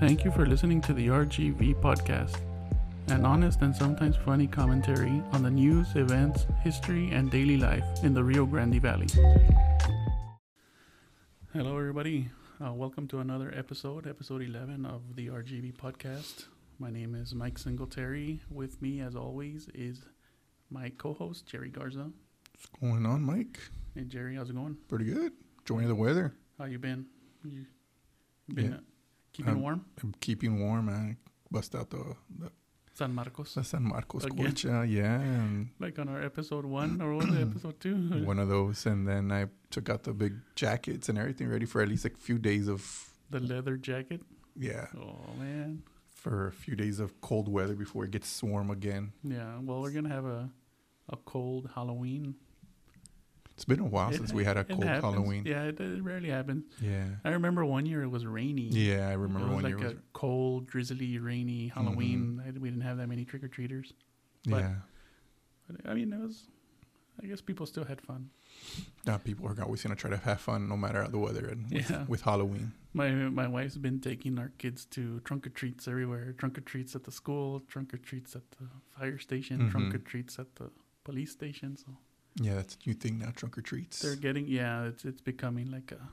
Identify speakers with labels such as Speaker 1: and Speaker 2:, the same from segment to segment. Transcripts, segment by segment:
Speaker 1: Thank you for listening to the RGV podcast, an honest and sometimes funny commentary on the news, events, history, and daily life in the Rio Grande Valley. Hello, everybody. Uh, welcome to another episode, episode 11 of the RGV podcast. My name is Mike Singletary. With me, as always, is my co host, Jerry Garza.
Speaker 2: What's going on, Mike?
Speaker 1: Hey, Jerry, how's it going?
Speaker 2: Pretty good. Enjoying the weather.
Speaker 1: How you been? You you been
Speaker 2: Yeah.
Speaker 1: uh, keeping
Speaker 2: Um,
Speaker 1: warm?
Speaker 2: I'm keeping warm, man. Bust out the, the,
Speaker 1: San Marcos.
Speaker 2: the San Marcos
Speaker 1: Again.
Speaker 2: colcha, yeah, and
Speaker 1: Like on our episode one or was it episode two?
Speaker 2: one of those. And then I took out the big jackets and everything, ready for at least like a few days of
Speaker 1: The leather jacket.
Speaker 2: yeah,
Speaker 1: Oh man.
Speaker 2: for a few days of cold weather before it gets warm again.
Speaker 1: Yeah. Well, we're gonna have a a cold Halloween.
Speaker 2: It's been a while
Speaker 1: It-
Speaker 2: since we had a
Speaker 1: it
Speaker 2: cold
Speaker 1: happens.
Speaker 2: Halloween.
Speaker 1: Yeah, it, it rarely happens.
Speaker 2: Yeah,
Speaker 1: I remember one year it was rainy.
Speaker 2: yeah, I remember
Speaker 1: it was
Speaker 2: one
Speaker 1: like
Speaker 2: year.
Speaker 1: a
Speaker 2: Was, Mm-hmm.
Speaker 1: cold, drizzly, rainy Halloween. I, we didn't have that many trick or treaters. but-
Speaker 2: yeah,
Speaker 1: But I mean, it was. I guess people still had fun.
Speaker 2: now people are always gonna try to have fun no matter the weather and with,
Speaker 1: Yeah.
Speaker 2: with Halloween.
Speaker 1: My my wife's been taking our kids to trunk or treats everywhere. Trunk or treats at the school, trunk or treats at the fire station, trunk
Speaker 2: Mhm.
Speaker 1: or treats at the police station. So
Speaker 2: Yeah, that's a new thing now. Trunk or treats.
Speaker 1: they're getting yeah, it's it's becoming like a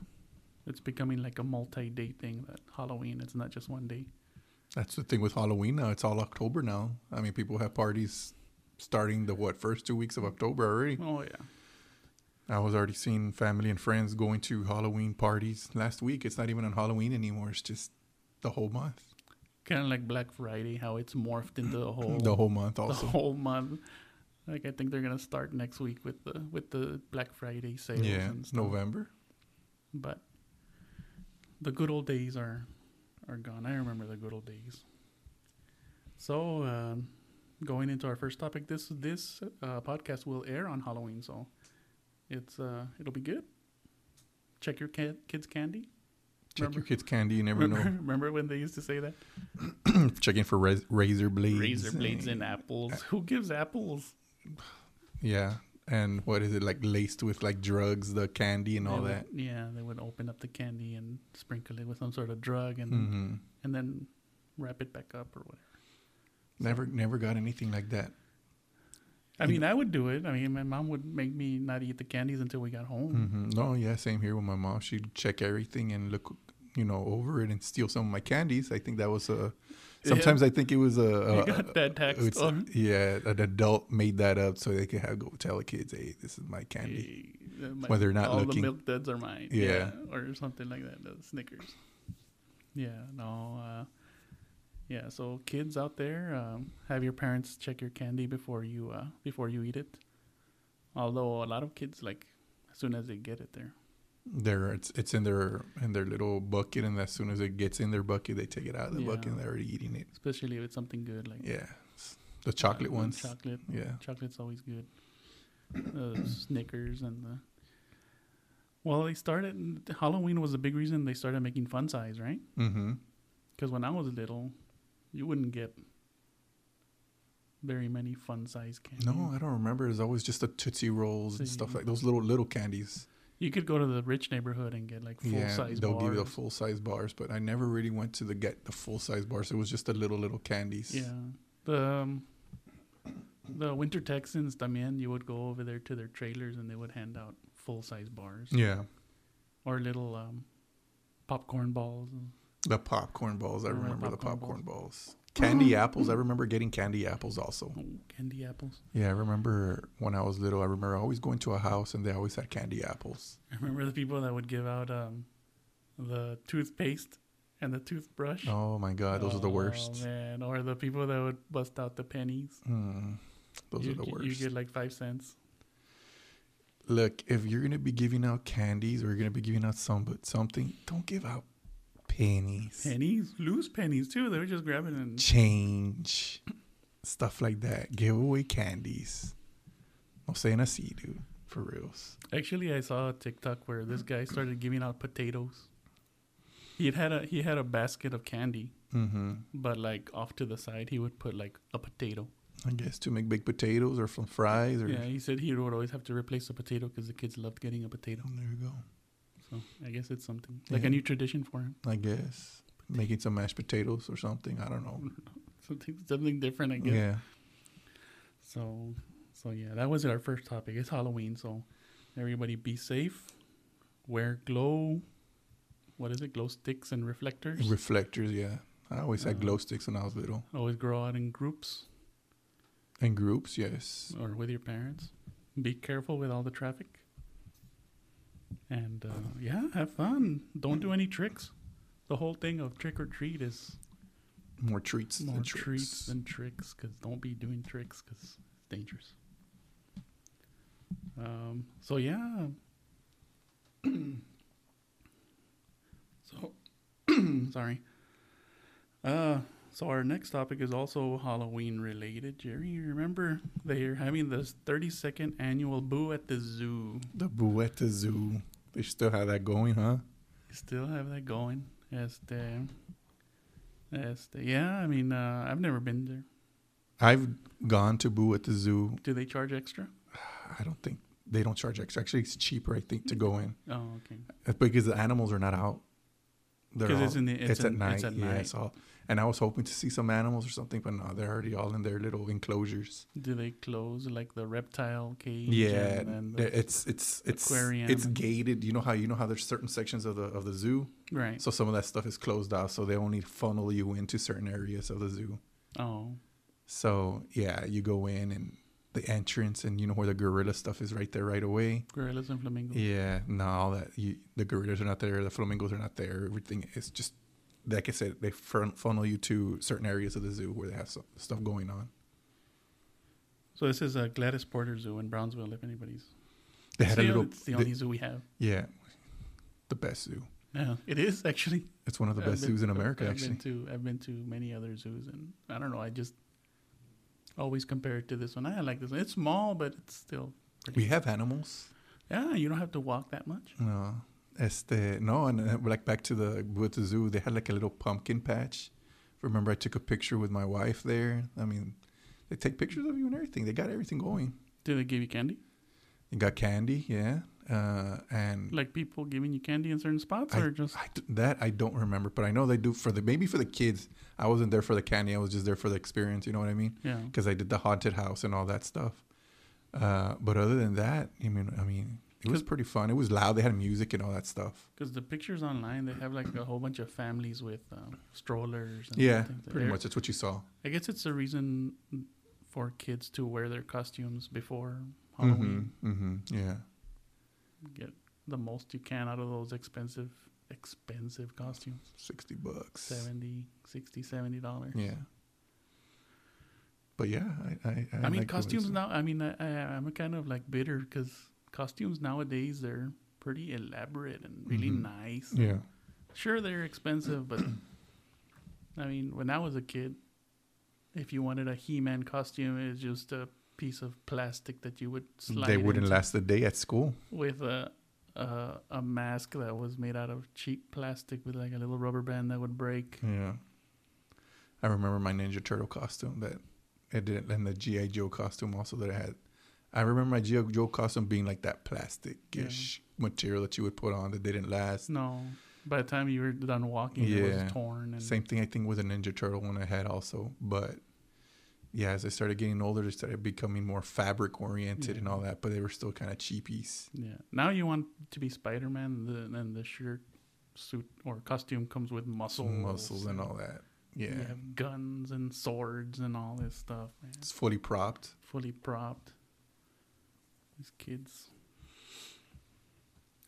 Speaker 1: it's becoming like a multi-day thing that Halloween. It's not just one day.
Speaker 2: That's the thing with Halloween now. It's all October now. I mean, people have parties starting the what first two weeks of October already.
Speaker 1: Oh yeah.
Speaker 2: I was already seeing family and friends going to Halloween parties last week. It's not even on Halloween anymore. It's just the whole month.
Speaker 1: Kind of like Black Friday how it's morphed into the whole
Speaker 2: The whole month
Speaker 1: the
Speaker 2: also.
Speaker 1: whole month. Like I think they're going to start next week with the with the Black Friday sales
Speaker 2: yeah,
Speaker 1: and stuff.
Speaker 2: November.
Speaker 1: but the good old days are are gone. I remember the good old days. So, um, going into our first topic, this this uh, podcast will air on Halloween, so it's uh, it'll be good. Check your ca- kids' candy.
Speaker 2: Check
Speaker 1: Remember-
Speaker 2: your kids' candy. You never
Speaker 1: Remember,
Speaker 2: know.
Speaker 1: remember when they used to say that
Speaker 2: Checking for raz- razor blades.
Speaker 1: razor blades and apples? Who gives apples?
Speaker 2: Yeah, and what is it like laced with like drugs, the candy and all
Speaker 1: They would-
Speaker 2: that.
Speaker 1: Yeah, they would open up the candy and sprinkle it with some sort of drug, and then,
Speaker 2: hmm
Speaker 1: and then wrap it back up or whatever.
Speaker 2: Never, never got anything like that.
Speaker 1: I
Speaker 2: You
Speaker 1: mean, I would do it. I mean, my mom would make me not eat the candies until we got home.
Speaker 2: hmm No, yeah, same here with my mom. She'd check everything and look, you know, over it and steal some of my candies. I think that was a.
Speaker 1: Yeah.
Speaker 2: Sometimes I think it was a. a
Speaker 1: you got that tax
Speaker 2: it's a-
Speaker 1: on
Speaker 2: yeah, an adult made that up so they could have go tell the kids, "Hey, this is my candy."
Speaker 1: Eh, my-
Speaker 2: Whether or not
Speaker 1: all the
Speaker 2: looking.
Speaker 1: milk duds are mine.
Speaker 2: Yeah.
Speaker 1: or something like that. The Snickers. Yeah, no. Uh, yeah, so kids out there, um, have your parents check your candy before you uh, before you eat it. Although a lot of kids like as soon as they get it, there.
Speaker 2: There, it's it's in their in their little bucket, and as soon as it gets in their bucket, they take it out of the
Speaker 1: Yeah.
Speaker 2: bucket and they're already eating it.
Speaker 1: especially if it's something good like
Speaker 2: Yeah, It's the chocolate
Speaker 1: uh,
Speaker 2: ones.
Speaker 1: Chocolate.
Speaker 2: Yeah,
Speaker 1: Chocolate's always good. The Snickers and the. Well, they started. Halloween was a big reason they started making fun size, right?
Speaker 2: mm-hmm.
Speaker 1: Because when I was little, you wouldn't get very many fun size candy.
Speaker 2: No, I don't remember. It's always just the tootsie rolls and
Speaker 1: So
Speaker 2: stuff
Speaker 1: you-
Speaker 2: like those little little candies.
Speaker 1: you could go to the rich neighborhood and get like full size
Speaker 2: they'll give you the
Speaker 1: bars.
Speaker 2: full size bars, but I never really went to the get the full size bars. It was just the little little candies.
Speaker 1: Yeah, the um, the Winter Texans, también. You would go over there to their trailers and they would hand out full size bars
Speaker 2: yeah.
Speaker 1: or little um, popcorn balls.
Speaker 2: The popcorn balls. I
Speaker 1: Yeah,
Speaker 2: remember the
Speaker 1: popcorn
Speaker 2: popcorn balls. Candy apples. I remember getting candy apples also.
Speaker 1: Oh, candy apples.
Speaker 2: Yeah, I remember when I was little. I remember always going to a house and they always had candy apples.
Speaker 1: I remember the people that would give out um, the toothpaste and the toothbrush.
Speaker 2: Oh my god, those are the
Speaker 1: Oh,
Speaker 2: worst.
Speaker 1: Man, or the people that would bust out the pennies.
Speaker 2: Mm, those
Speaker 1: You-
Speaker 2: are the
Speaker 1: you-
Speaker 2: worst.
Speaker 1: You get like five cents.
Speaker 2: Look, if you're gonna be giving out candies or you're gonna be giving out some but something, don't give out pennies.
Speaker 1: Pennies, loose pennies too. They were just grabbing and
Speaker 2: change, stuff like that. Give away candies. I'm saying I see, dude. For reals.
Speaker 1: actually, I saw a TikTok where this guy started giving out potatoes. He had had a he had a basket of candy,
Speaker 2: Mm-hmm.
Speaker 1: but like off to the side, he would put like a potato.
Speaker 2: I guess to make baked potatoes or some fries or.
Speaker 1: Yeah, he said he would always have to replace the potato because the kids loved getting a potato.
Speaker 2: Oh, There you go.
Speaker 1: So I guess it's something like
Speaker 2: Yeah.
Speaker 1: a new tradition for him.
Speaker 2: I guess. making some mashed potatoes or something. I don't know.
Speaker 1: Something something different, I guess.
Speaker 2: Yeah.
Speaker 1: So, so yeah, that was our first topic. It's Halloween, so everybody be safe. Wear glow. What is it? Glow sticks and reflectors.
Speaker 2: Reflectors, yeah. I always
Speaker 1: Uh,
Speaker 2: had glow sticks when I was little.
Speaker 1: Always grow out in groups
Speaker 2: And groups, yes.
Speaker 1: or with your parents. Be careful with all the traffic. And uh, yeah, have fun. Don't do any tricks. The whole thing of trick or treat is
Speaker 2: More treats
Speaker 1: more
Speaker 2: than tricks.
Speaker 1: treats than tricks because don't be doing tricks because it's dangerous um, so yeah so sorry uh, so our next topic is also halloween related jerry you remember they're having this 32nd annual boo at the zoo
Speaker 2: the Bueta Zoo. They still have that going, huh?
Speaker 1: They still have that going este este yeah i mean uh, i've never been there
Speaker 2: I've gone to Boo at the zoo.
Speaker 1: do they charge extra
Speaker 2: I don't think they don't charge extra. Actually, it's cheaper, I think, to go in
Speaker 1: oh okay
Speaker 2: It's because the animals are not out. They're
Speaker 1: Because
Speaker 2: all-
Speaker 1: it's in the- it's
Speaker 2: at
Speaker 1: in-
Speaker 2: night.
Speaker 1: it's at
Speaker 2: yeah,
Speaker 1: night.
Speaker 2: it's all. And I was hoping to see some animals or something, but no, they're already all in their little enclosures.
Speaker 1: Do they close like the reptile cage?
Speaker 2: Yeah,
Speaker 1: and, then
Speaker 2: they're-
Speaker 1: the,
Speaker 2: it's it's it's
Speaker 1: aquarium
Speaker 2: it's
Speaker 1: and-
Speaker 2: gated. You know how you know how there's certain sections of the of the zoo,
Speaker 1: right.
Speaker 2: so some of that stuff is closed off, so they only funnel you into certain areas of the zoo.
Speaker 1: oh,
Speaker 2: So yeah, you go in and the entrance, and you know where the gorilla stuff is right there, right away.
Speaker 1: gorillas and flamingos.
Speaker 2: Yeah, no, all that you, the gorillas are not there, the flamingos are not there. Everything is just like I said, they fun- funnel you to certain areas of the zoo where they have some stuff going on.
Speaker 1: So this is a Gladys Porter Zoo in Brownsville. If anybody's,
Speaker 2: They had
Speaker 1: it's,
Speaker 2: a
Speaker 1: the,
Speaker 2: little,
Speaker 1: it's the
Speaker 2: they-
Speaker 1: only zoo we have.
Speaker 2: yeah, the best zoo.
Speaker 1: Yeah, it is actually
Speaker 2: It's one of the
Speaker 1: I've
Speaker 2: best
Speaker 1: been-
Speaker 2: zoos in America,
Speaker 1: I've
Speaker 2: actually.
Speaker 1: been to I've been to many other zoos, and I don't know. I just always compare it to this one. I like this one. It's small, but it's still. pretty-
Speaker 2: We have animals.
Speaker 1: yeah, you don't have to walk that much.
Speaker 2: No, este, no, and uh, like back to the with the zoo, they had like a little pumpkin patch. Remember, I took a picture with my wife there. I mean, they take pictures of you and everything. They got everything going.
Speaker 1: Do they give you candy?
Speaker 2: They got candy, yeah, uh, and
Speaker 1: Like people giving you candy in certain spots, or just
Speaker 2: I d that I don't remember, but I know they do for the maybe for the kids. I wasn't there for the candy. I was just there for the experience. You know what I mean?
Speaker 1: yeah.
Speaker 2: Because I did the haunted house and all that stuff. Uh, but other than that, I mean, I mean, it was
Speaker 1: Could-
Speaker 2: pretty fun. It was loud. They had music and all that stuff.
Speaker 1: Because the pictures online, they have like a whole bunch of families with um, strollers. And
Speaker 2: Yeah,
Speaker 1: things.
Speaker 2: pretty
Speaker 1: They're-
Speaker 2: much. That's what you saw.
Speaker 1: I guess it's a reason for kids to wear their costumes before Halloween.
Speaker 2: hmm Yeah.
Speaker 1: Get the most you can out of those expensive, expensive costumes.
Speaker 2: 60 bucks.
Speaker 1: 70, 60, 70 dollars.
Speaker 2: Yeah. But yeah, I, I,
Speaker 1: I, mean,
Speaker 2: like the way
Speaker 1: costumes
Speaker 2: it's-
Speaker 1: now. I mean, I, I, I'm kind of like bitter because costumes nowadays they're pretty elaborate and really
Speaker 2: Mhm.
Speaker 1: nice.
Speaker 2: Yeah.
Speaker 1: Sure, they're expensive, but I mean, when I was a kid, if you wanted a He-Man costume, it was just a piece of plastic that you would slide.
Speaker 2: They wouldn't
Speaker 1: into
Speaker 2: last a day at school.
Speaker 1: with a, a a mask that was made out of cheap plastic with like a little rubber band that would break.
Speaker 2: Yeah. I remember my Ninja Turtle costume that it didn't, and the G.I. Joe costume also that I had. I remember my G.I. Joe costume being like that plastic ish material that you would put on that didn't last.
Speaker 1: No, by the time you were done walking, it
Speaker 2: Yeah.
Speaker 1: was torn. And
Speaker 2: Same thing I think with a Ninja Turtle one I had also, but yeah, as I started getting older, they started becoming more fabric oriented
Speaker 1: Yeah.
Speaker 2: and all that, but they were still kind of cheapies.
Speaker 1: Yeah. Now you want to be Spider-Man, the, and the shirt, suit, or costume comes with muscles,
Speaker 2: muscles and all that. Yeah,
Speaker 1: You have guns and swords and all this stuff, man.
Speaker 2: it's fully propped.
Speaker 1: fully propped. These kids.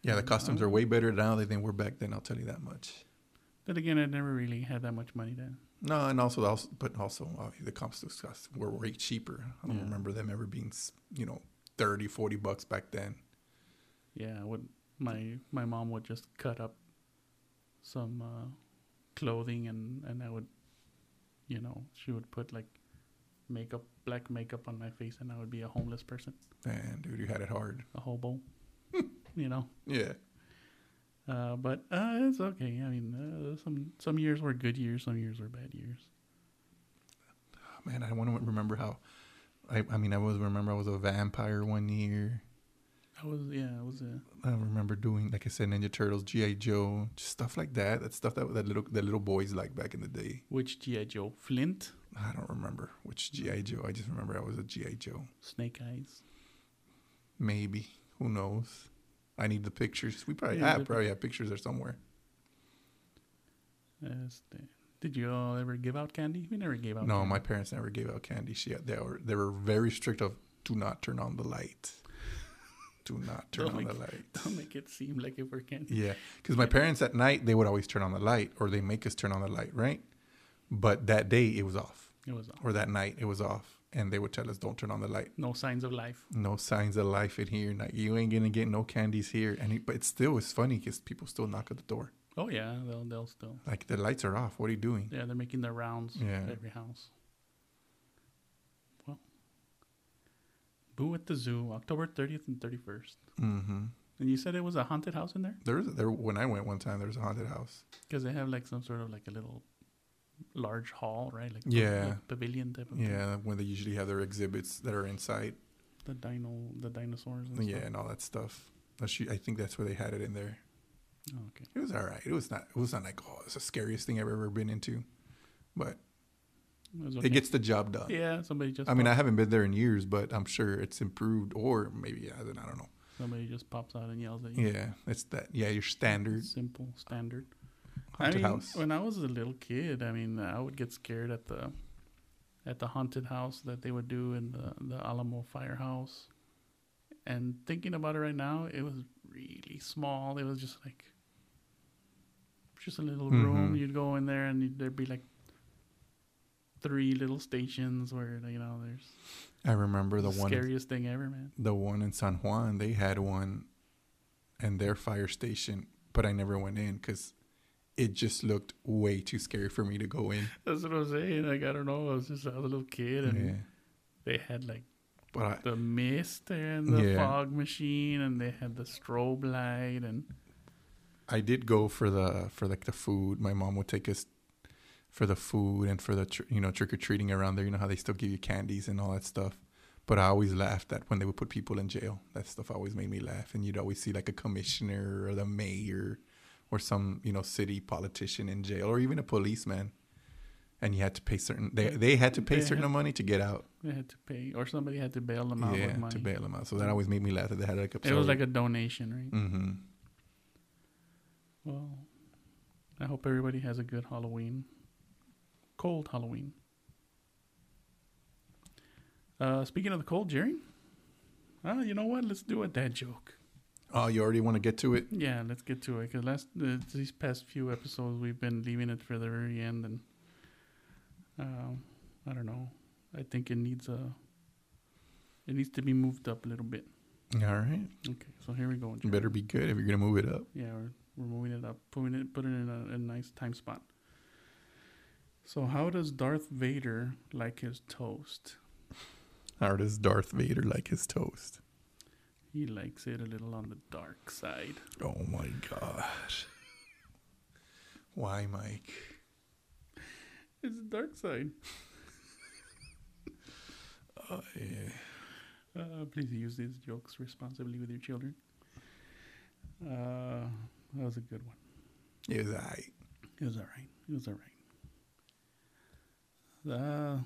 Speaker 2: Yeah, the
Speaker 1: Yeah,
Speaker 2: costumes
Speaker 1: I-
Speaker 2: are way better now than they were back then. I'll tell you that much.
Speaker 1: But again, I never really had that much money to.
Speaker 2: No, and also, also but also obviously the costumes cost- were way cheaper. I don't
Speaker 1: Yeah.
Speaker 2: remember them ever being s- you know 30, 40 bucks back then.
Speaker 1: Yeah, I would my my mom would just cut up some uh, clothing and and I would, you know, she would put like makeup, black makeup on my face, and I would be a homeless person,
Speaker 2: Man, dude, you had it hard.
Speaker 1: a hobo, you know.
Speaker 2: Yeah,
Speaker 1: Uh, but uh, it's okay. I mean, uh, some some years were good years, some years were bad years.
Speaker 2: Oh, man, I want to remember how. I, I mean, I was remember I was a vampire one year.
Speaker 1: That was yeah. It was a
Speaker 2: I remember doing, like I said, Ninja Turtles, GI Joe, just stuff like that. That stuff that that little that little boys like back in the day.
Speaker 1: which GI Joe? Flint,
Speaker 2: I don't remember which GI Joe. I just remember I was a GI Joe.
Speaker 1: Snake Eyes.
Speaker 2: Maybe who knows? I need the pictures. We probably
Speaker 1: Yeah,
Speaker 2: have
Speaker 1: the-
Speaker 2: probably have pictures there somewhere.
Speaker 1: Este, did you all ever give out candy? We never gave out.
Speaker 2: No,
Speaker 1: candy.
Speaker 2: my parents never gave out candy. She they were they were very strict of do not turn on the light. do not turn
Speaker 1: Don't
Speaker 2: on
Speaker 1: make-
Speaker 2: the light.
Speaker 1: Don't make it seem like it were candy.
Speaker 2: Yeah, because my parents at night they would always turn on the light, or they make us turn on the light, right? But that day it was off,
Speaker 1: It was all.
Speaker 2: or that night it was off, and they would tell us don't turn on the light.
Speaker 1: no signs of life.
Speaker 2: No signs of life in here. Like you ain't gonna get no candies here. And it, but it still is funny because people still knock at the door.
Speaker 1: Oh yeah, they'll they'll still.
Speaker 2: Like the lights are off. What are you doing?
Speaker 1: Yeah, they're making their rounds
Speaker 2: Yeah.
Speaker 1: at every house. Well, Boo at the Zoo, October 30th and 31st.
Speaker 2: Mm-hmm.
Speaker 1: And you said it was a haunted house in there?
Speaker 2: There was there when I went one time. There was a haunted house.
Speaker 1: Because they have like some sort of like a little large hall, right? Like
Speaker 2: Yeah.
Speaker 1: like pavilion type of thing.
Speaker 2: Yeah, when they usually have their exhibits that are inside.
Speaker 1: The dino, the dinosaurs. And
Speaker 2: Yeah,
Speaker 1: Stuff.
Speaker 2: and all that stuff. That's she- I think that's where they had it in there.
Speaker 1: Oh, okay.
Speaker 2: It was all right. It was not. It was not like oh, it's the scariest thing I've ever been into, but
Speaker 1: It, was okay.
Speaker 2: it gets the job done.
Speaker 1: Yeah, somebody just.
Speaker 2: I mean, I
Speaker 1: pops-
Speaker 2: haven't been there in years, but I'm sure it's improved, or maybe it hasn't. I don't know.
Speaker 1: somebody just pops out and yells at you.
Speaker 2: Yeah, it's that. Yeah, your standard
Speaker 1: Simple standard.
Speaker 2: haunted
Speaker 1: I mean,
Speaker 2: house.
Speaker 1: When I was a little kid, I mean, I would get scared at the at the haunted house that they would do in the the Alamo firehouse. And thinking about it right now, it was really small. It was just like just a little room.
Speaker 2: Mhm.
Speaker 1: You'd go in there, and you'd, there'd be like three little stations where you know there's
Speaker 2: I remember the
Speaker 1: the
Speaker 2: one,
Speaker 1: scariest thing ever, man.
Speaker 2: the one in San Juan. They had one, and their fire station, but I never went in because it just looked way too scary for me to go in.
Speaker 1: That's what I'm saying. Like I don't know. I was just I was a little kid, and
Speaker 2: Yeah,
Speaker 1: they had like.
Speaker 2: but I,
Speaker 1: the mist and the
Speaker 2: Yeah.
Speaker 1: fog machine and they had the strobe light and
Speaker 2: I did go for the for like the food. My mom would take us for the food and for the tr- you know trick or treating around there. You know how they still give you candies and all that stuff. But I always laughed at when they would put people in jail. That stuff always made me laugh. And you'd always see like a commissioner or the mayor or some you know city politician in jail or even a policeman. And you had to pay certain they they had to pay
Speaker 1: They
Speaker 2: certain
Speaker 1: had-
Speaker 2: money to get out.
Speaker 1: they had to pay or somebody had to bail them out
Speaker 2: yeah,
Speaker 1: with money.
Speaker 2: to bail them out. So that always made me laugh. That they had like a
Speaker 1: It was like a donation, right?
Speaker 2: mm-hmm.
Speaker 1: Well, I hope everybody has a good Halloween. Cold Halloween. Uh, speaking of the cold, Jerry. Ah, you know what? Let's do a dad joke.
Speaker 2: oh you already want to get to it.
Speaker 1: Yeah, let's get to it. Cause last uh, these past few episodes, we've been leaving it for the very end, and um, I don't know. I think it needs a. It needs to be moved up a little bit.
Speaker 2: All right,
Speaker 1: Okay, so here we go.
Speaker 2: you
Speaker 1: Jerry.
Speaker 2: better be good if you're gonna move it up.
Speaker 1: Yeah, we're, we're moving it up, putting it putting it in a, a nice time spot. So how does Darth Vader like his toast?
Speaker 2: How does Darth Vader like his toast?
Speaker 1: He likes it a little on the dark side.
Speaker 2: Oh my gosh. Why, Mike?
Speaker 1: It's the dark side. Oh,
Speaker 2: Uh, yeah.
Speaker 1: Uh, please use these jokes responsibly with your children. Uh, that was a good one.
Speaker 2: It was aight.
Speaker 1: It was all right. It was all right. Uh,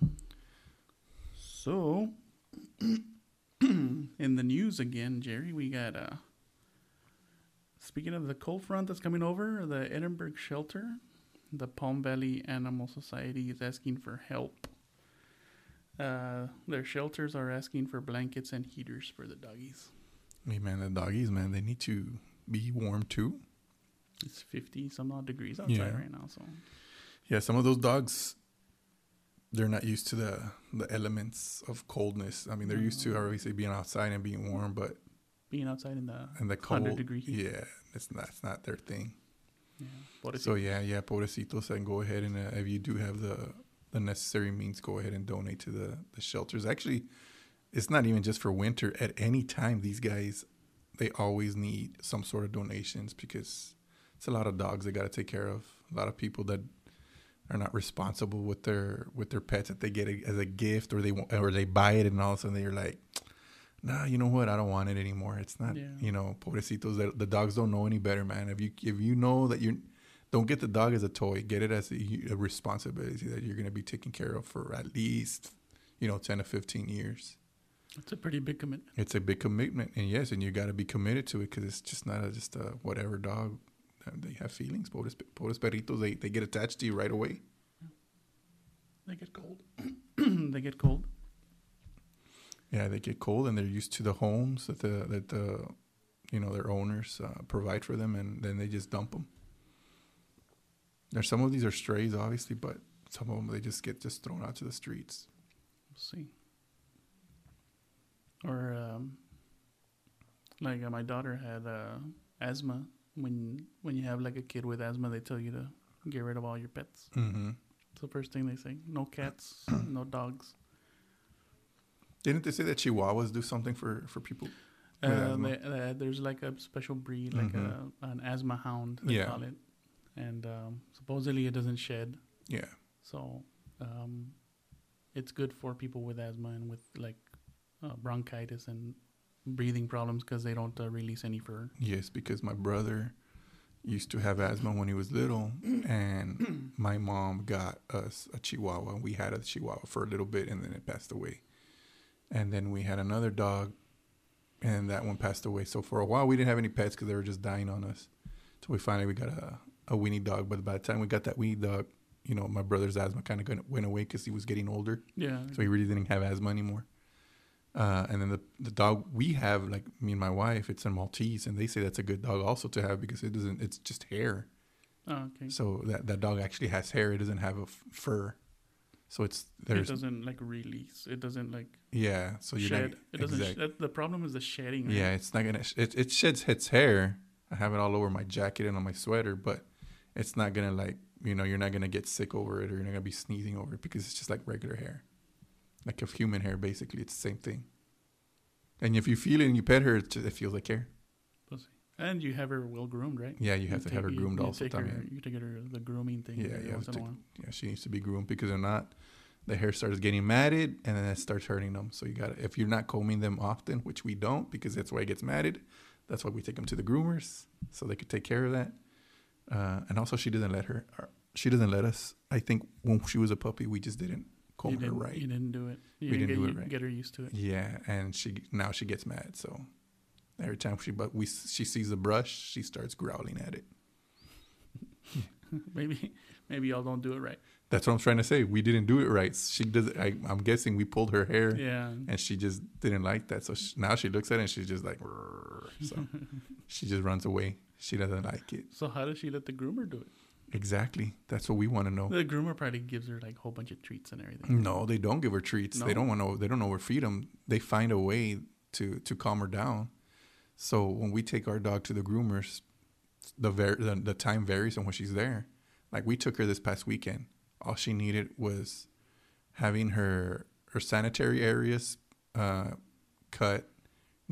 Speaker 1: so, in the news again, Jerry, we got. Uh, speaking of the cold front that's coming over, the Edinburgh shelter, the Palm Valley Animal Society is asking for help. Uh, their shelters are asking for blankets and heaters for the doggies.
Speaker 2: Hey, man, the doggies, man, they need to be warm too.
Speaker 1: It's 50 some odd degrees outside
Speaker 2: Yeah.
Speaker 1: right now, so
Speaker 2: Yeah, some of those dogs, they're not used to the, the elements of coldness. I mean, they're used to obviously being outside and being warm, but
Speaker 1: being outside in the
Speaker 2: and the
Speaker 1: 100
Speaker 2: cold,
Speaker 1: degree heat.
Speaker 2: yeah, that's not, that's not their thing.
Speaker 1: yeah, what is
Speaker 2: So yeah, yeah, pobrecitos, and go ahead and uh, if you do have the the necessary means, go ahead and donate to the the shelters. Actually, it's not even just for winter. At any time, these guys they always need some sort of donations because it's a lot of dogs they got to take care of. A lot of people that are not responsible with their with their pets that they get a, as a gift or they want, or they buy it and all of a sudden they're like. nah, you know what? I don't want it anymore. It's not,
Speaker 1: Yeah.
Speaker 2: you know, pobrecitos. The, the dogs don't know any better, man. If you if you know that you don't get the dog as a toy, get it as a, a responsibility that you're going to be taken care of for at least, you know, ten to fifteen years.
Speaker 1: It's a pretty big commitment.
Speaker 2: It's a big commitment, and yes, and you got to be committed to it because it's just not a, just a whatever dog. Uh, They have feelings. Pobres, pobres perritos. They they get attached to you right away.
Speaker 1: They get cold. they get cold.
Speaker 2: Yeah, they get cold, and they're used to the homes that the that the you know their owners uh, provide for them, and then they just dump them. There's some of these are strays, obviously, but some of them they just get just thrown out to the streets.
Speaker 1: Let's see. Or um, like uh, my daughter had uh, asthma. When when you have like a kid with asthma, they tell you to get rid of all your pets.
Speaker 2: Mm-hmm.
Speaker 1: It's the first thing they say. No cats, no dogs.
Speaker 2: Didn't they say that Chihuahuas do something for for people? With
Speaker 1: Uh,
Speaker 2: asthma.
Speaker 1: they, uh, there's like a special breed, like
Speaker 2: Mhm.
Speaker 1: a, an asthma hound, they
Speaker 2: Yeah.
Speaker 1: call it. And um, supposedly it doesn't shed.
Speaker 2: Yeah,
Speaker 1: So um, it's good for people with asthma and with like uh, bronchitis and breathing problems because they don't uh, release any fur.
Speaker 2: yes, because my brother used to have asthma when he was little, and my mom got us a Chihuahua. We had a Chihuahua for a little bit, and then it passed away. And then we had another dog, and that one passed away. So for a while, we didn't have any pets because they were just dying on us. So we finally we got a a weenie dog. But by the time we got that weenie dog, you know, my brother's asthma kind of went away because he was getting older.
Speaker 1: Yeah.
Speaker 2: so he really didn't have asthma anymore. Uh, and then the the dog we have, like me and my wife, it's a Maltese, and they say that's a good dog also to have because it doesn't. It's just hair,
Speaker 1: oh, okay.
Speaker 2: so that that dog actually has hair. It doesn't have a f- fur, so it's
Speaker 1: it
Speaker 2: there's
Speaker 1: doesn't like release. It doesn't like
Speaker 2: yeah. So you're
Speaker 1: shed.
Speaker 2: not
Speaker 1: it doesn't.
Speaker 2: exact-
Speaker 1: Sh- that, the problem is the shedding. right?
Speaker 2: yeah, it's not gonna. sh- It it sheds its hair. I have it all over my jacket and on my sweater, but it's not gonna like you know you're not gonna get sick over it or you're not gonna be sneezing over it because it's just like regular hair, like of human hair basically. It's the same thing. And if you feel it and you pet her, it, ju- it feels like hair.
Speaker 1: And you have her well groomed, right?
Speaker 2: Yeah, you have to have her
Speaker 1: take-
Speaker 2: groomed
Speaker 1: you
Speaker 2: also.
Speaker 1: Take her,
Speaker 2: También.
Speaker 1: you take her to the grooming thing.
Speaker 2: Yeah,
Speaker 1: every
Speaker 2: you have
Speaker 1: once
Speaker 2: to
Speaker 1: in a
Speaker 2: take-
Speaker 1: while.
Speaker 2: Yeah, she needs to be groomed because if not, the hair starts getting matted and then it starts hurting them. So you got to if you're not combing them often, which we don't because that's why it gets matted. That's why we take them to the groomers so they could take care of that. Uh, and also, she doesn't let her. or She doesn't let us. I think when she was a puppy, we just didn't comb
Speaker 1: you
Speaker 2: her
Speaker 1: didn't,
Speaker 2: right.
Speaker 1: You didn't do it. You
Speaker 2: We
Speaker 1: didn't
Speaker 2: didn't
Speaker 1: get,
Speaker 2: do it
Speaker 1: you-
Speaker 2: right.
Speaker 1: Get her used to it.
Speaker 2: Yeah, and she now she gets mad. So every time she but we she sees the brush, she starts growling at it.
Speaker 1: maybe, maybe y'all don't do it right.
Speaker 2: That's what I'm trying to say. We didn't do it right. She does. I, I'm guessing we pulled her hair.
Speaker 1: Yeah.
Speaker 2: and she just didn't like that. So sh now she looks at it and she's just like, "Rrrr." so she just runs away. She doesn't like it.
Speaker 1: So how does she let the groomer do it?
Speaker 2: Exactly. That's what we want to know.
Speaker 1: The groomer probably gives her like a whole bunch of treats and everything.
Speaker 2: No, they don't give her treats. They
Speaker 1: No.
Speaker 2: don't want to. They don't overfeed them. They find a way to to calm her down. So when we take our dog to the groomers, the ver- the, the time varies on when she's there. Like we took her this past weekend. All she needed was having her her sanitary areas uh, cut,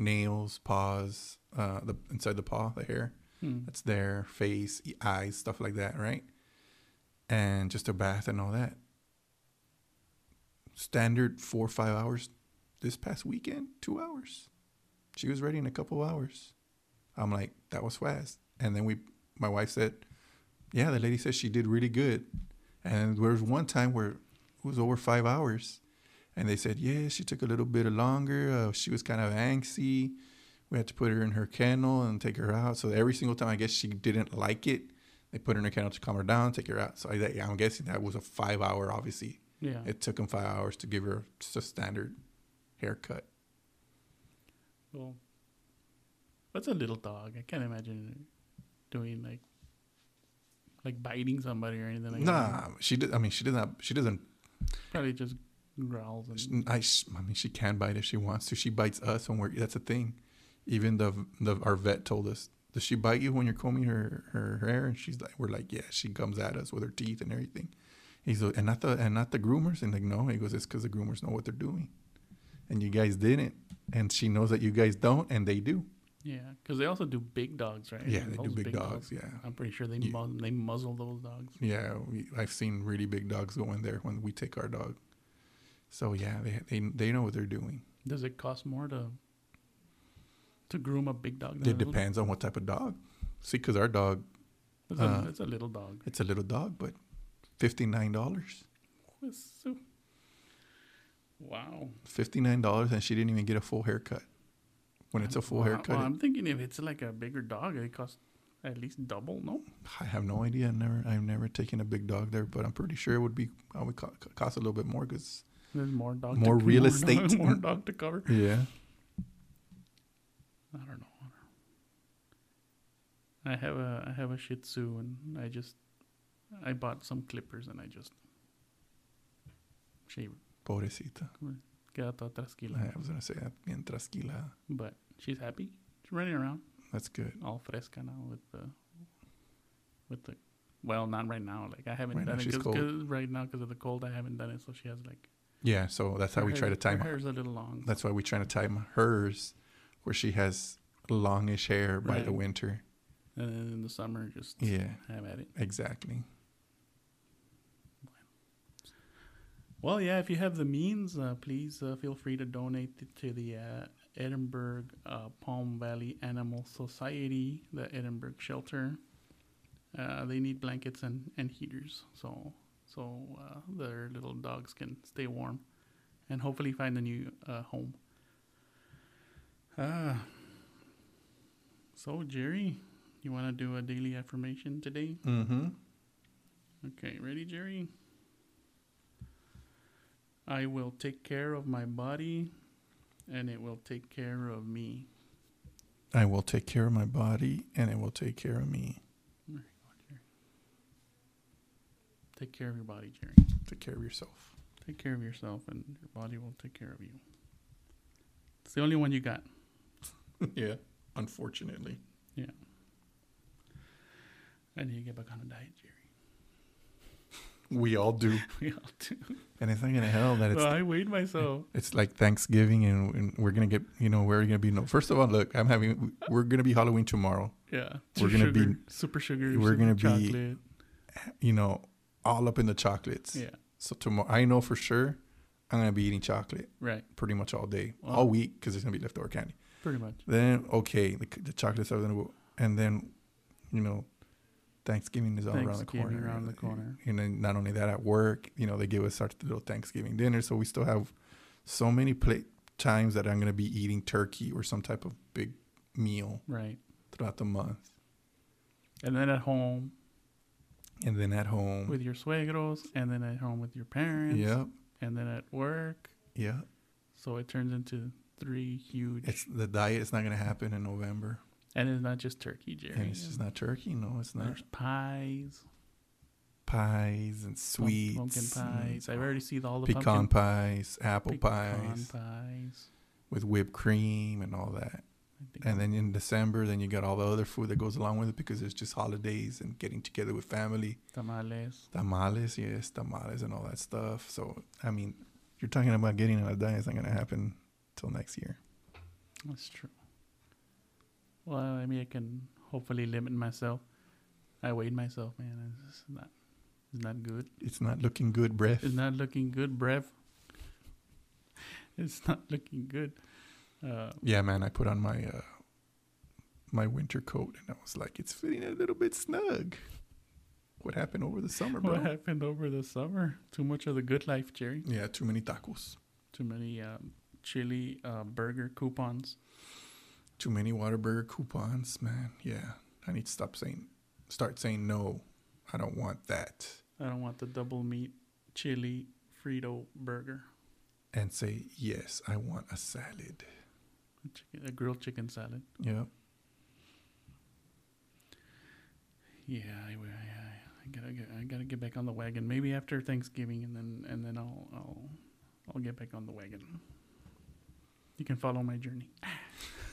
Speaker 2: nails, paws, uh, the inside the paw, the hair
Speaker 1: Hmm.
Speaker 2: that's their face, e- eyes, stuff like that, right? And just a bath and all that. Standard four or five hours. This past weekend, two hours. She was ready in a couple hours. I'm like, that was fast. And then we, my wife said, yeah, the lady said she did really good. And there was one time where it was over five hours, and they said, yeah, she took a little bit longer. Uh, she was kind of angsty. We had to put her in her kennel and take her out. So every single time, I guess she didn't like it. They put her in a kennel to calm her down, take her out. So I, I'm guessing that was a five hour. Obviously,
Speaker 1: Yeah.
Speaker 2: it took them five hours to give her just a standard haircut.
Speaker 1: Well, that's a little dog. I can't imagine her doing like like biting somebody or anything. Like that.
Speaker 2: Nah, she did. I mean, she did not. She doesn't.
Speaker 1: probably just growls and
Speaker 2: She, I, sh- I mean, she can bite if she wants to. She bites us when we're. That's a thing. Even the the our vet told us. Does she bite you when you're combing her, her hair? And she's like, we're like, yeah, she comes at us with her teeth and everything. He's like, and not the and not the groomers. And like, no, he goes, it's because the groomers know what they're doing, and you guys didn't. And she knows that you guys don't, and they do.
Speaker 1: yeah, because they also do big dogs, right?
Speaker 2: Yeah, they do
Speaker 1: Those
Speaker 2: big, dogs. Yeah,
Speaker 1: I'm pretty sure they
Speaker 2: You-
Speaker 1: mu- they muzzle those dogs.
Speaker 2: Yeah, we, I've seen really big dogs go in there when we take our dog. So yeah, they they they know what they're doing.
Speaker 1: Does it cost more to to groom a big dog. than
Speaker 2: It
Speaker 1: a little-
Speaker 2: depends on what type of dog. See, because our dog,
Speaker 1: It's a,
Speaker 2: uh,
Speaker 1: it's a little dog.
Speaker 2: it's a little dog, but fifty nine dollars,
Speaker 1: So- Wow.
Speaker 2: fifty nine dollars, and she didn't even get a full haircut. When it's a full
Speaker 1: Wow.
Speaker 2: haircut,
Speaker 1: Well,
Speaker 2: it-
Speaker 1: I'm thinking if it's like a bigger dog, it costs at least double. No,
Speaker 2: I have no idea. I've never, I've never taken a big dog there, but I'm pretty sure it would be, I would co- co- cost a little bit more because
Speaker 1: there's more dog.
Speaker 2: More
Speaker 1: to,
Speaker 2: real
Speaker 1: dog-
Speaker 2: estate.
Speaker 1: more dog to cover.
Speaker 2: yeah,
Speaker 1: I don't know. I have a I have a Shih Tzu, and I just I bought some clippers, and I just she
Speaker 2: pobrecita.
Speaker 1: queda toda trasquila,
Speaker 2: I was gonna say that. Bien trasquila.
Speaker 1: but she's happy. She's running around
Speaker 2: That's good.
Speaker 1: all fresca now with the with the well, not right now. Like I haven't
Speaker 2: Right now
Speaker 1: done it
Speaker 2: she's
Speaker 1: 'cause-
Speaker 2: cold.
Speaker 1: 'cause right now because of the cold. I haven't done it, so she has like
Speaker 2: Yeah, so that's how
Speaker 1: her
Speaker 2: we
Speaker 1: hair-
Speaker 2: try to time.
Speaker 1: Her hair's a little long.
Speaker 2: That's why we try to time hers, where she has longish hair by the
Speaker 1: Right.
Speaker 2: winter.
Speaker 1: And then in the summer, just
Speaker 2: Yeah,
Speaker 1: have at it.
Speaker 2: exactly.
Speaker 1: Well, yeah, if you have the means, uh, please uh, feel free to donate t- to the uh, Edinburgh uh, Palm Valley Animal Society, the Edinburgh shelter. Uh, they need blankets and, and heaters, so so uh, their little dogs can stay warm, and hopefully find a new uh, home. Uh, so Jerry, you want to do a daily affirmation today?
Speaker 2: Mm-hmm.
Speaker 1: Okay, ready, Jerry? I will take care of my body and it will take care of me.
Speaker 2: I will take care of my body, and it will take care of me.
Speaker 1: There you go, Jerry. Take care of your body, Jerry.
Speaker 2: Take care of yourself.
Speaker 1: Take care of yourself and your body will take care of you. It's the only one you got.
Speaker 2: yeah, unfortunately.
Speaker 1: I need to get back on a diet, Jerry.
Speaker 2: We all do.
Speaker 1: We all do.
Speaker 2: And it's not gonna help that it's
Speaker 1: So I weighed myself.
Speaker 2: it's like Thanksgiving, and, and we're gonna get you know we're gonna be no. First of all, look, I'm having we're gonna be Halloween tomorrow.
Speaker 1: Yeah.
Speaker 2: We're gonna be-
Speaker 1: Sugar- super sugar.
Speaker 2: we're
Speaker 1: super
Speaker 2: gonna be-
Speaker 1: chocolate.
Speaker 2: You know, all up in the chocolates.
Speaker 1: Yeah.
Speaker 2: So tomorrow, I know for sure, I'm gonna be eating chocolate
Speaker 1: Right.
Speaker 2: pretty much all day,
Speaker 1: Wow.
Speaker 2: all week, because there's gonna be leftover candy.
Speaker 1: Pretty much.
Speaker 2: Then okay, the, the chocolate stuff, then we'll- and then you know, Thanksgiving is all around the corner.
Speaker 1: Thanksgiving around the corner.
Speaker 2: And then not only that, at work, you know, they give us our little Thanksgiving dinner, so we still have so many plate times that I'm gonna be eating turkey or some type of big meal
Speaker 1: Right.
Speaker 2: throughout the month,
Speaker 1: And then at home,
Speaker 2: and then at home.
Speaker 1: with your suegros, and then at home with your parents,
Speaker 2: yeah,
Speaker 1: and then at work.
Speaker 2: yeah.
Speaker 1: So it turns into three huge.
Speaker 2: It's the diet. It's not gonna happen in November,
Speaker 1: and it's not just turkey, Jerry.
Speaker 2: and it's just not turkey. No, it's not
Speaker 1: There's pies,
Speaker 2: pies and
Speaker 1: pump-
Speaker 2: sweets,
Speaker 1: pumpkin
Speaker 2: and
Speaker 1: pies. I've already seen all the
Speaker 2: pecan
Speaker 1: pumpkin
Speaker 2: pies, apple
Speaker 1: pecan
Speaker 2: pies.
Speaker 1: pies.
Speaker 2: with whipped cream and all that.
Speaker 1: I think
Speaker 2: And then in December, then you got all the other food that goes along with it because it's just holidays and getting together with family.
Speaker 1: tamales.
Speaker 2: Tamales, yes, tamales and all that stuff. So, I mean, you're talking about getting on a diet. It's not going to happen till next year.
Speaker 1: That's true. Well, I mean, I can hopefully limit myself. I weighed myself, man. It's just not, it's not good.
Speaker 2: It's not looking good, breath.
Speaker 1: It's not looking good, Brev. It's not looking good. Uh,
Speaker 2: yeah, man, I put on my uh, my winter coat and I was like, it's fitting a little bit snug. What happened over the summer, bro?
Speaker 1: What happened over the summer? Too much of the good life, Jerry.
Speaker 2: Yeah, too many tacos,
Speaker 1: Too many um, chili uh, burger coupons.
Speaker 2: too many Whataburger coupons, man. Yeah, I need to stop saying, start saying no. I don't want that.
Speaker 1: I don't want the double meat chili Frito burger,
Speaker 2: and say, Yes, I want a salad.
Speaker 1: a, chicken, a grilled chicken salad.
Speaker 2: Yeah.
Speaker 1: Yeah, I, I, I- I gotta get, I gotta get back on the wagon. Maybe after Thanksgiving, and then and then I'll I'll I'll get back on the wagon. You can follow my journey.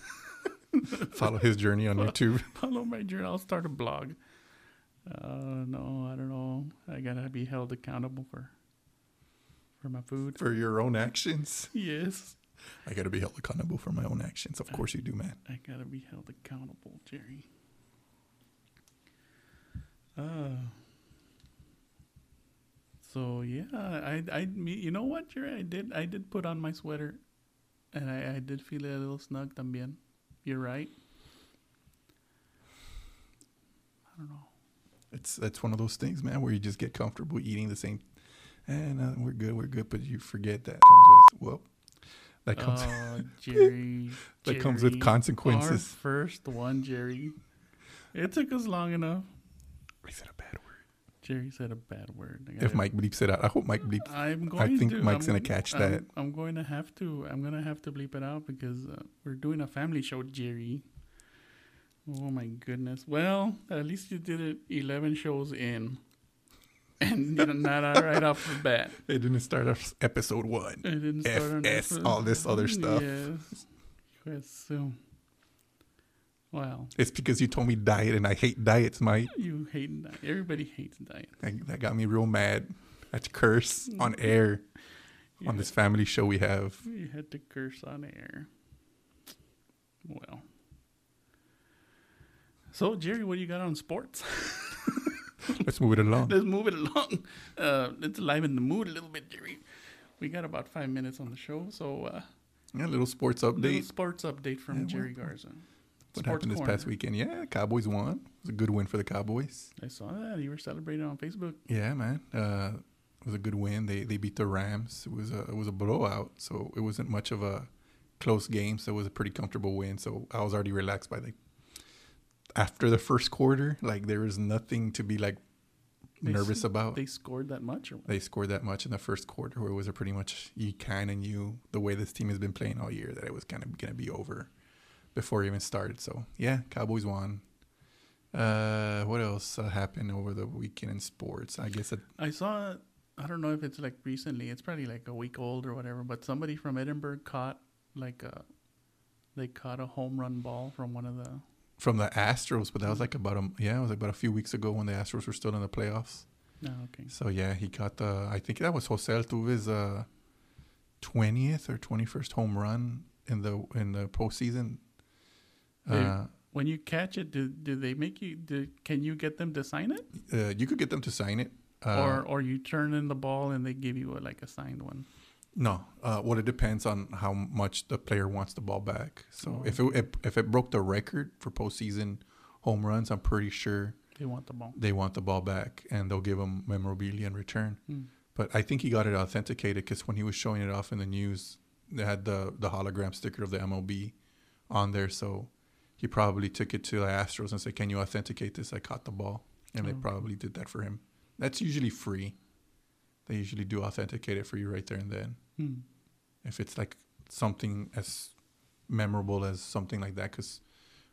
Speaker 2: Follow his journey on YouTube.
Speaker 1: follow my journey. I'll start a blog. Uh, no, I don't know. I gotta be held accountable for for my food.
Speaker 2: For your own actions.
Speaker 1: Yes,
Speaker 2: I got to be held accountable for my own actions. Of course you do, man.
Speaker 1: I gotta be held accountable, Jerry. Uh, so yeah, I, I, me- you know what, Jerry? I did, I did put on my sweater, and I, I did feel a little snug también. You're right. I don't know.
Speaker 2: It's that's one of those things, man, where you just get comfortable eating the same. And uh, we're good, we're good, but you forget that comes with well, that comes
Speaker 1: oh, Jerry.
Speaker 2: that comes with
Speaker 1: Jerry. Our
Speaker 2: consequences.
Speaker 1: first one, Jerry. It took us long enough.
Speaker 2: Is that a bad word?
Speaker 1: Jerry said a bad word. I
Speaker 2: If
Speaker 1: gotta-
Speaker 2: Mike bleeps it out, I hope Mike bleeps.
Speaker 1: I'm going
Speaker 2: think
Speaker 1: to,
Speaker 2: Mike's
Speaker 1: I'm-
Speaker 2: gonna catch
Speaker 1: I'm-
Speaker 2: that.
Speaker 1: I'm going to have to. I'm gonna have to bleep it out because uh, we're doing a family show, Jerry. Oh my goodness. Well, at least you did it 11 shows in, and you know, not right off the bat.
Speaker 2: It didn't start off episode one.
Speaker 1: I didn't start on
Speaker 2: FS,
Speaker 1: episode-
Speaker 2: all this other stuff.
Speaker 1: Yes. Yes. So, wow.
Speaker 2: It's because you told me diet, and I hate diets, Mike.
Speaker 1: You hate diet. Everybody hates diet.
Speaker 2: That, that got me real mad. I had to curse
Speaker 1: Mm-hmm.
Speaker 2: on air
Speaker 1: You
Speaker 2: on this family show we have.
Speaker 1: had- You had to curse on air. Well. So, Jerry, what do you got on sports?
Speaker 2: Let's move it along.
Speaker 1: Let's move it along. Uh, let's liven the mood a little bit, Jerry. We got about five minutes on the show, so uh,
Speaker 2: Yeah, little sports
Speaker 1: little
Speaker 2: update.
Speaker 1: sports update from
Speaker 2: Yeah, what-
Speaker 1: Jerry Garza.
Speaker 2: What
Speaker 1: Sports
Speaker 2: happened this
Speaker 1: corner.
Speaker 2: past weekend? Yeah, Cowboys won. It was a good win for the Cowboys.
Speaker 1: I saw that you were celebrating on Facebook.
Speaker 2: Yeah, man. Uh, it was a good win. They they beat the Rams. It was a it was a blowout, so it wasn't much of a close game. So it was a pretty comfortable win. So I was already relaxed by the after the first quarter. Like there was nothing to be like
Speaker 1: They s-
Speaker 2: nervous about.
Speaker 1: They scored that much, or what?
Speaker 2: they scored that much in the first quarter where it was a pretty much you kind of knew the way this team has been playing all year that it was kind of going to be over before it even started. So, yeah, Cowboys won. Uh, what else uh, happened over the weekend in sports? I guess it,
Speaker 1: I saw. I don't know if it's like recently. It's probably like a week old or whatever. But somebody from Edinburgh caught like a, they caught a home run ball from one of the.
Speaker 2: from the Astros, but that was like about a yeah, it was about a few weeks ago when the Astros were still in the playoffs.
Speaker 1: No, okay.
Speaker 2: So yeah, he got the I think that was Jose Altuve's uh twentieth or twenty first home run in the in the postseason.
Speaker 1: They-
Speaker 2: Uh,
Speaker 1: When you catch it, do do they make you? Do, can you get them to sign it,
Speaker 2: uh, you could get them to sign it. Uh,
Speaker 1: or or you turn in the ball and they give you a, like a signed one?
Speaker 2: No. Uh, well, it depends on how much the player wants the ball back. So
Speaker 1: Oh,
Speaker 2: if it if, if it broke the record for postseason home runs, I'm pretty sure
Speaker 1: They want the ball.
Speaker 2: they want the ball back and they'll give him memorabilia in return.
Speaker 1: Hmm.
Speaker 2: But I think he got it authenticated because when he was showing it off in the news, they had the the hologram sticker of the MLB on there. So he probably took it to the Astros and said, "Can you authenticate this? I caught the ball," and they
Speaker 1: Oh.
Speaker 2: probably did that for him. That's usually free. They usually do authenticate it for you right there and then
Speaker 1: Hmm.
Speaker 2: if it's like something as memorable as something like that, because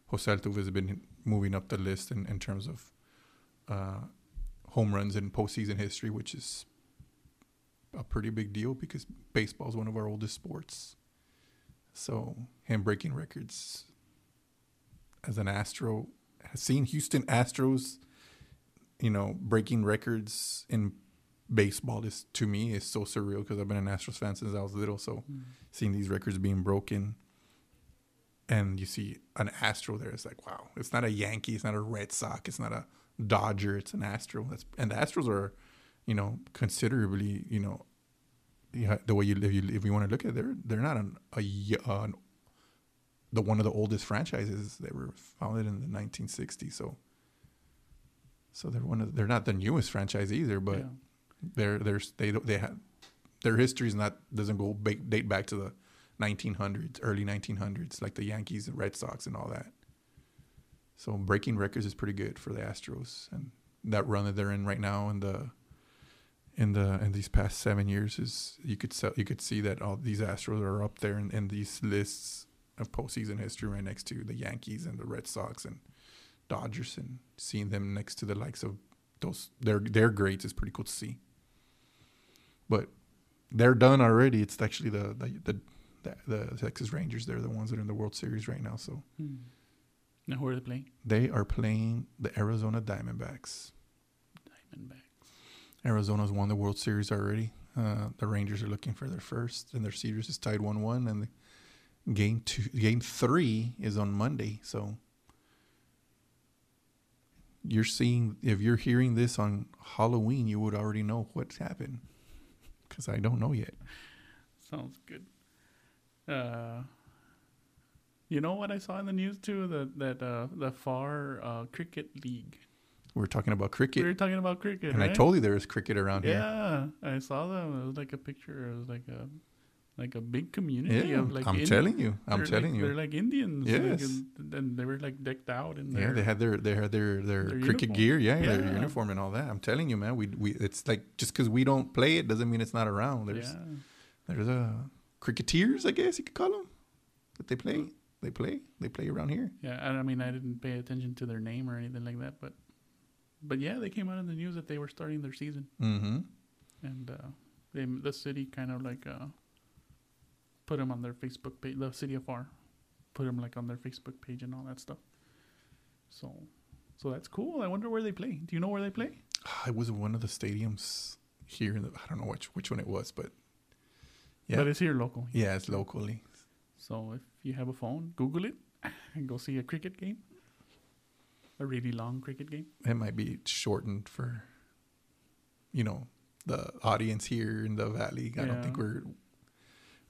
Speaker 2: Jose Altuve has been moving up the list in, in terms of uh, home runs in postseason history, which is a pretty big deal because baseball is one of our oldest sports. So him breaking records as an Astro, seeing Houston Astros, you know, breaking records in baseball is to me is so surreal because I've been an Astros fan since I was little. So
Speaker 1: Hmm.
Speaker 2: seeing these records being broken and you see an Astro there, it's like, wow, it's not a Yankee, it's not a Red Sox, it's not a Dodger, it's an Astro. That's and the Astros are, you know, considerably, you know, yeah, the way you live, you, if you want to look at it, they're they're not an a y- uh, an- the one of the oldest franchises. They were founded in the 1960s, so so they're one of they're not the newest franchise either, but
Speaker 1: Yeah.
Speaker 2: their their they don't- they have their history is not doesn't go ba- date back to the 1900s, early 1900s, like the Yankees and Red Sox and all that. So breaking records is pretty good for the Astros, and that run that they're in right now in the in the in these past seven years is you could sell you could see that all these Astros are up there in, in these lists of postseason history right next to the Yankees and the Red Sox and Dodgers and seeing them next to the likes of those their their grades is pretty cool to see. But they're done already. It's actually the the the, the, the Texas Rangers. They're the ones that are in the World Series right now. So
Speaker 1: Hmm. Now who are they playing?
Speaker 2: they are playing the Arizona Diamondbacks.
Speaker 1: Diamondback.
Speaker 2: Arizona's won the World Series already. Uh, the Rangers are looking for their first, and their series is tied one-one. And the game two, game three is on Monday. So you're seeing if you're hearing this on Halloween, you would already know what's happened because I don't know yet.
Speaker 1: Sounds good. Uh, You know what I saw in the news too? That that uh, the FAR uh, cricket league.
Speaker 2: We were talking about
Speaker 1: We were
Speaker 2: cricket,
Speaker 1: talking about cricket,
Speaker 2: and I
Speaker 1: right?
Speaker 2: told you there was cricket around here.
Speaker 1: Yeah, I saw them. It was like a picture. It was like a like a big community
Speaker 2: Yeah,
Speaker 1: of like.
Speaker 2: I'm
Speaker 1: Indi-
Speaker 2: telling you, I'm
Speaker 1: they're
Speaker 2: telling
Speaker 1: like,
Speaker 2: you.
Speaker 1: They're like Indians. like,
Speaker 2: Yes.
Speaker 1: and, and they were like decked out in
Speaker 2: yeah,
Speaker 1: their.
Speaker 2: they had their they had their their,
Speaker 1: their
Speaker 2: cricket
Speaker 1: uniform.
Speaker 2: gear, yeah, their
Speaker 1: Yeah.
Speaker 2: uniform and all that. I'm telling you, man, we we it's like just because we don't play it doesn't mean it's not around. There's
Speaker 1: yeah.
Speaker 2: there's a cricketeers, I guess you could call them, that they play, they play, they play around here.
Speaker 1: Yeah, I I mean, I didn't pay attention to their name or anything like that, but but yeah, they came out in the news that they were starting their season,
Speaker 2: Mm-hmm.
Speaker 1: and uh, they the city kind of like uh, put them on their Facebook page. The city of Far put them like on their Facebook page and all that stuff. So, so that's cool. I wonder where they play. Do you know where they play?
Speaker 2: Ah, It was one of the stadiums here. In the, I don't know which which one it was, but yeah,
Speaker 1: but it's here local.
Speaker 2: yeah, it's locally.
Speaker 1: So if you have a phone, Google it and go see a cricket game, a really long cricket game.
Speaker 2: It might be shortened for, you know, the audience here in the valley. I don't
Speaker 1: Yeah.
Speaker 2: think we're.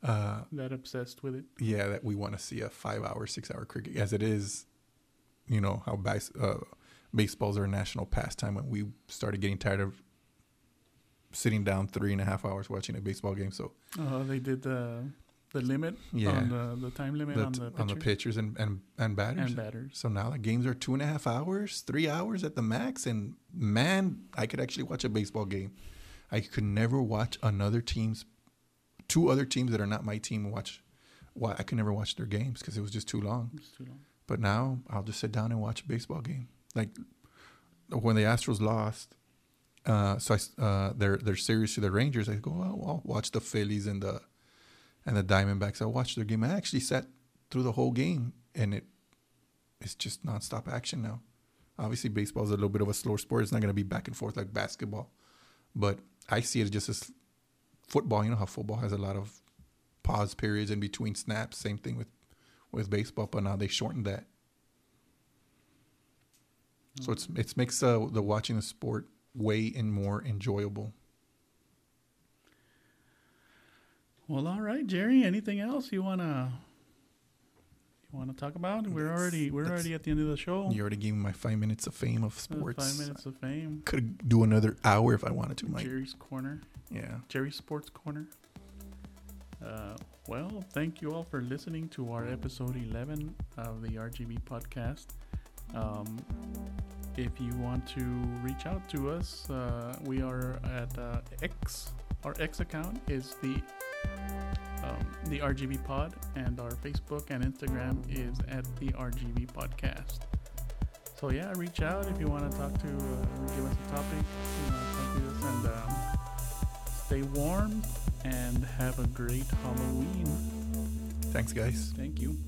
Speaker 2: Uh,
Speaker 1: That obsessed with it.
Speaker 2: yeah, that we want to see a five-hour, six-hour cricket. As it is, you know how bas- uh, baseballs are a national pastime. When we started getting tired of sitting down three and a half hours watching a baseball game, so
Speaker 1: Oh, they did the the limit
Speaker 2: Yeah.
Speaker 1: on the, the time limit
Speaker 2: the
Speaker 1: on
Speaker 2: t-
Speaker 1: the
Speaker 2: on the
Speaker 1: pitcher
Speaker 2: pitchers and and and batters.
Speaker 1: and batters.
Speaker 2: so now the games are two and a half hours, three hours at the max, and man, I could actually watch a baseball game. I could never watch another team's, two other teams that are not my team watch. Why I could never watch their games because it was just too long.
Speaker 1: It's too long.
Speaker 2: But now I'll just sit down and watch a baseball game. Like when the Astros lost, uh, so I s uh, their their series to the Rangers, I go, oh, I'll watch the Phillies and the and the Diamondbacks. I watched their game. I actually sat through the whole game, and it it's just nonstop action now. Obviously, baseball is a little bit of a slower sport. It's not going to be back and forth like basketball, but I see it just as football. You know how football has a lot of pause periods in between snaps. Same thing with with baseball, but now they shortened that. So it's it makes uh, the watching the sport way and more enjoyable.
Speaker 1: Well, all right, Jerry. Anything else you wanna you wanna talk about? We're
Speaker 2: That's-
Speaker 1: already we're
Speaker 2: that's-
Speaker 1: already at the end of the show.
Speaker 2: You already gave me my five minutes of fame of
Speaker 1: Uh,
Speaker 2: sports.
Speaker 1: Five minutes of fame.
Speaker 2: Could do another hour if I wanted to, Mike.
Speaker 1: Jerry's corner.
Speaker 2: Yeah.
Speaker 1: Jerry's sports corner. Uh, well, thank you all for listening to our episode 11 of the RGB podcast. Um, if you want to reach out to us, uh, we are at uh, X. Our X account is the um, the RGB Pod, and our Facebook and Instagram is at the RGB Podcast. So yeah, reach out if you want to talk to, uh, give us a topic, you know, talk to us, and um, stay warm and have a great Halloween.
Speaker 2: Thanks, guys.
Speaker 1: Thank you.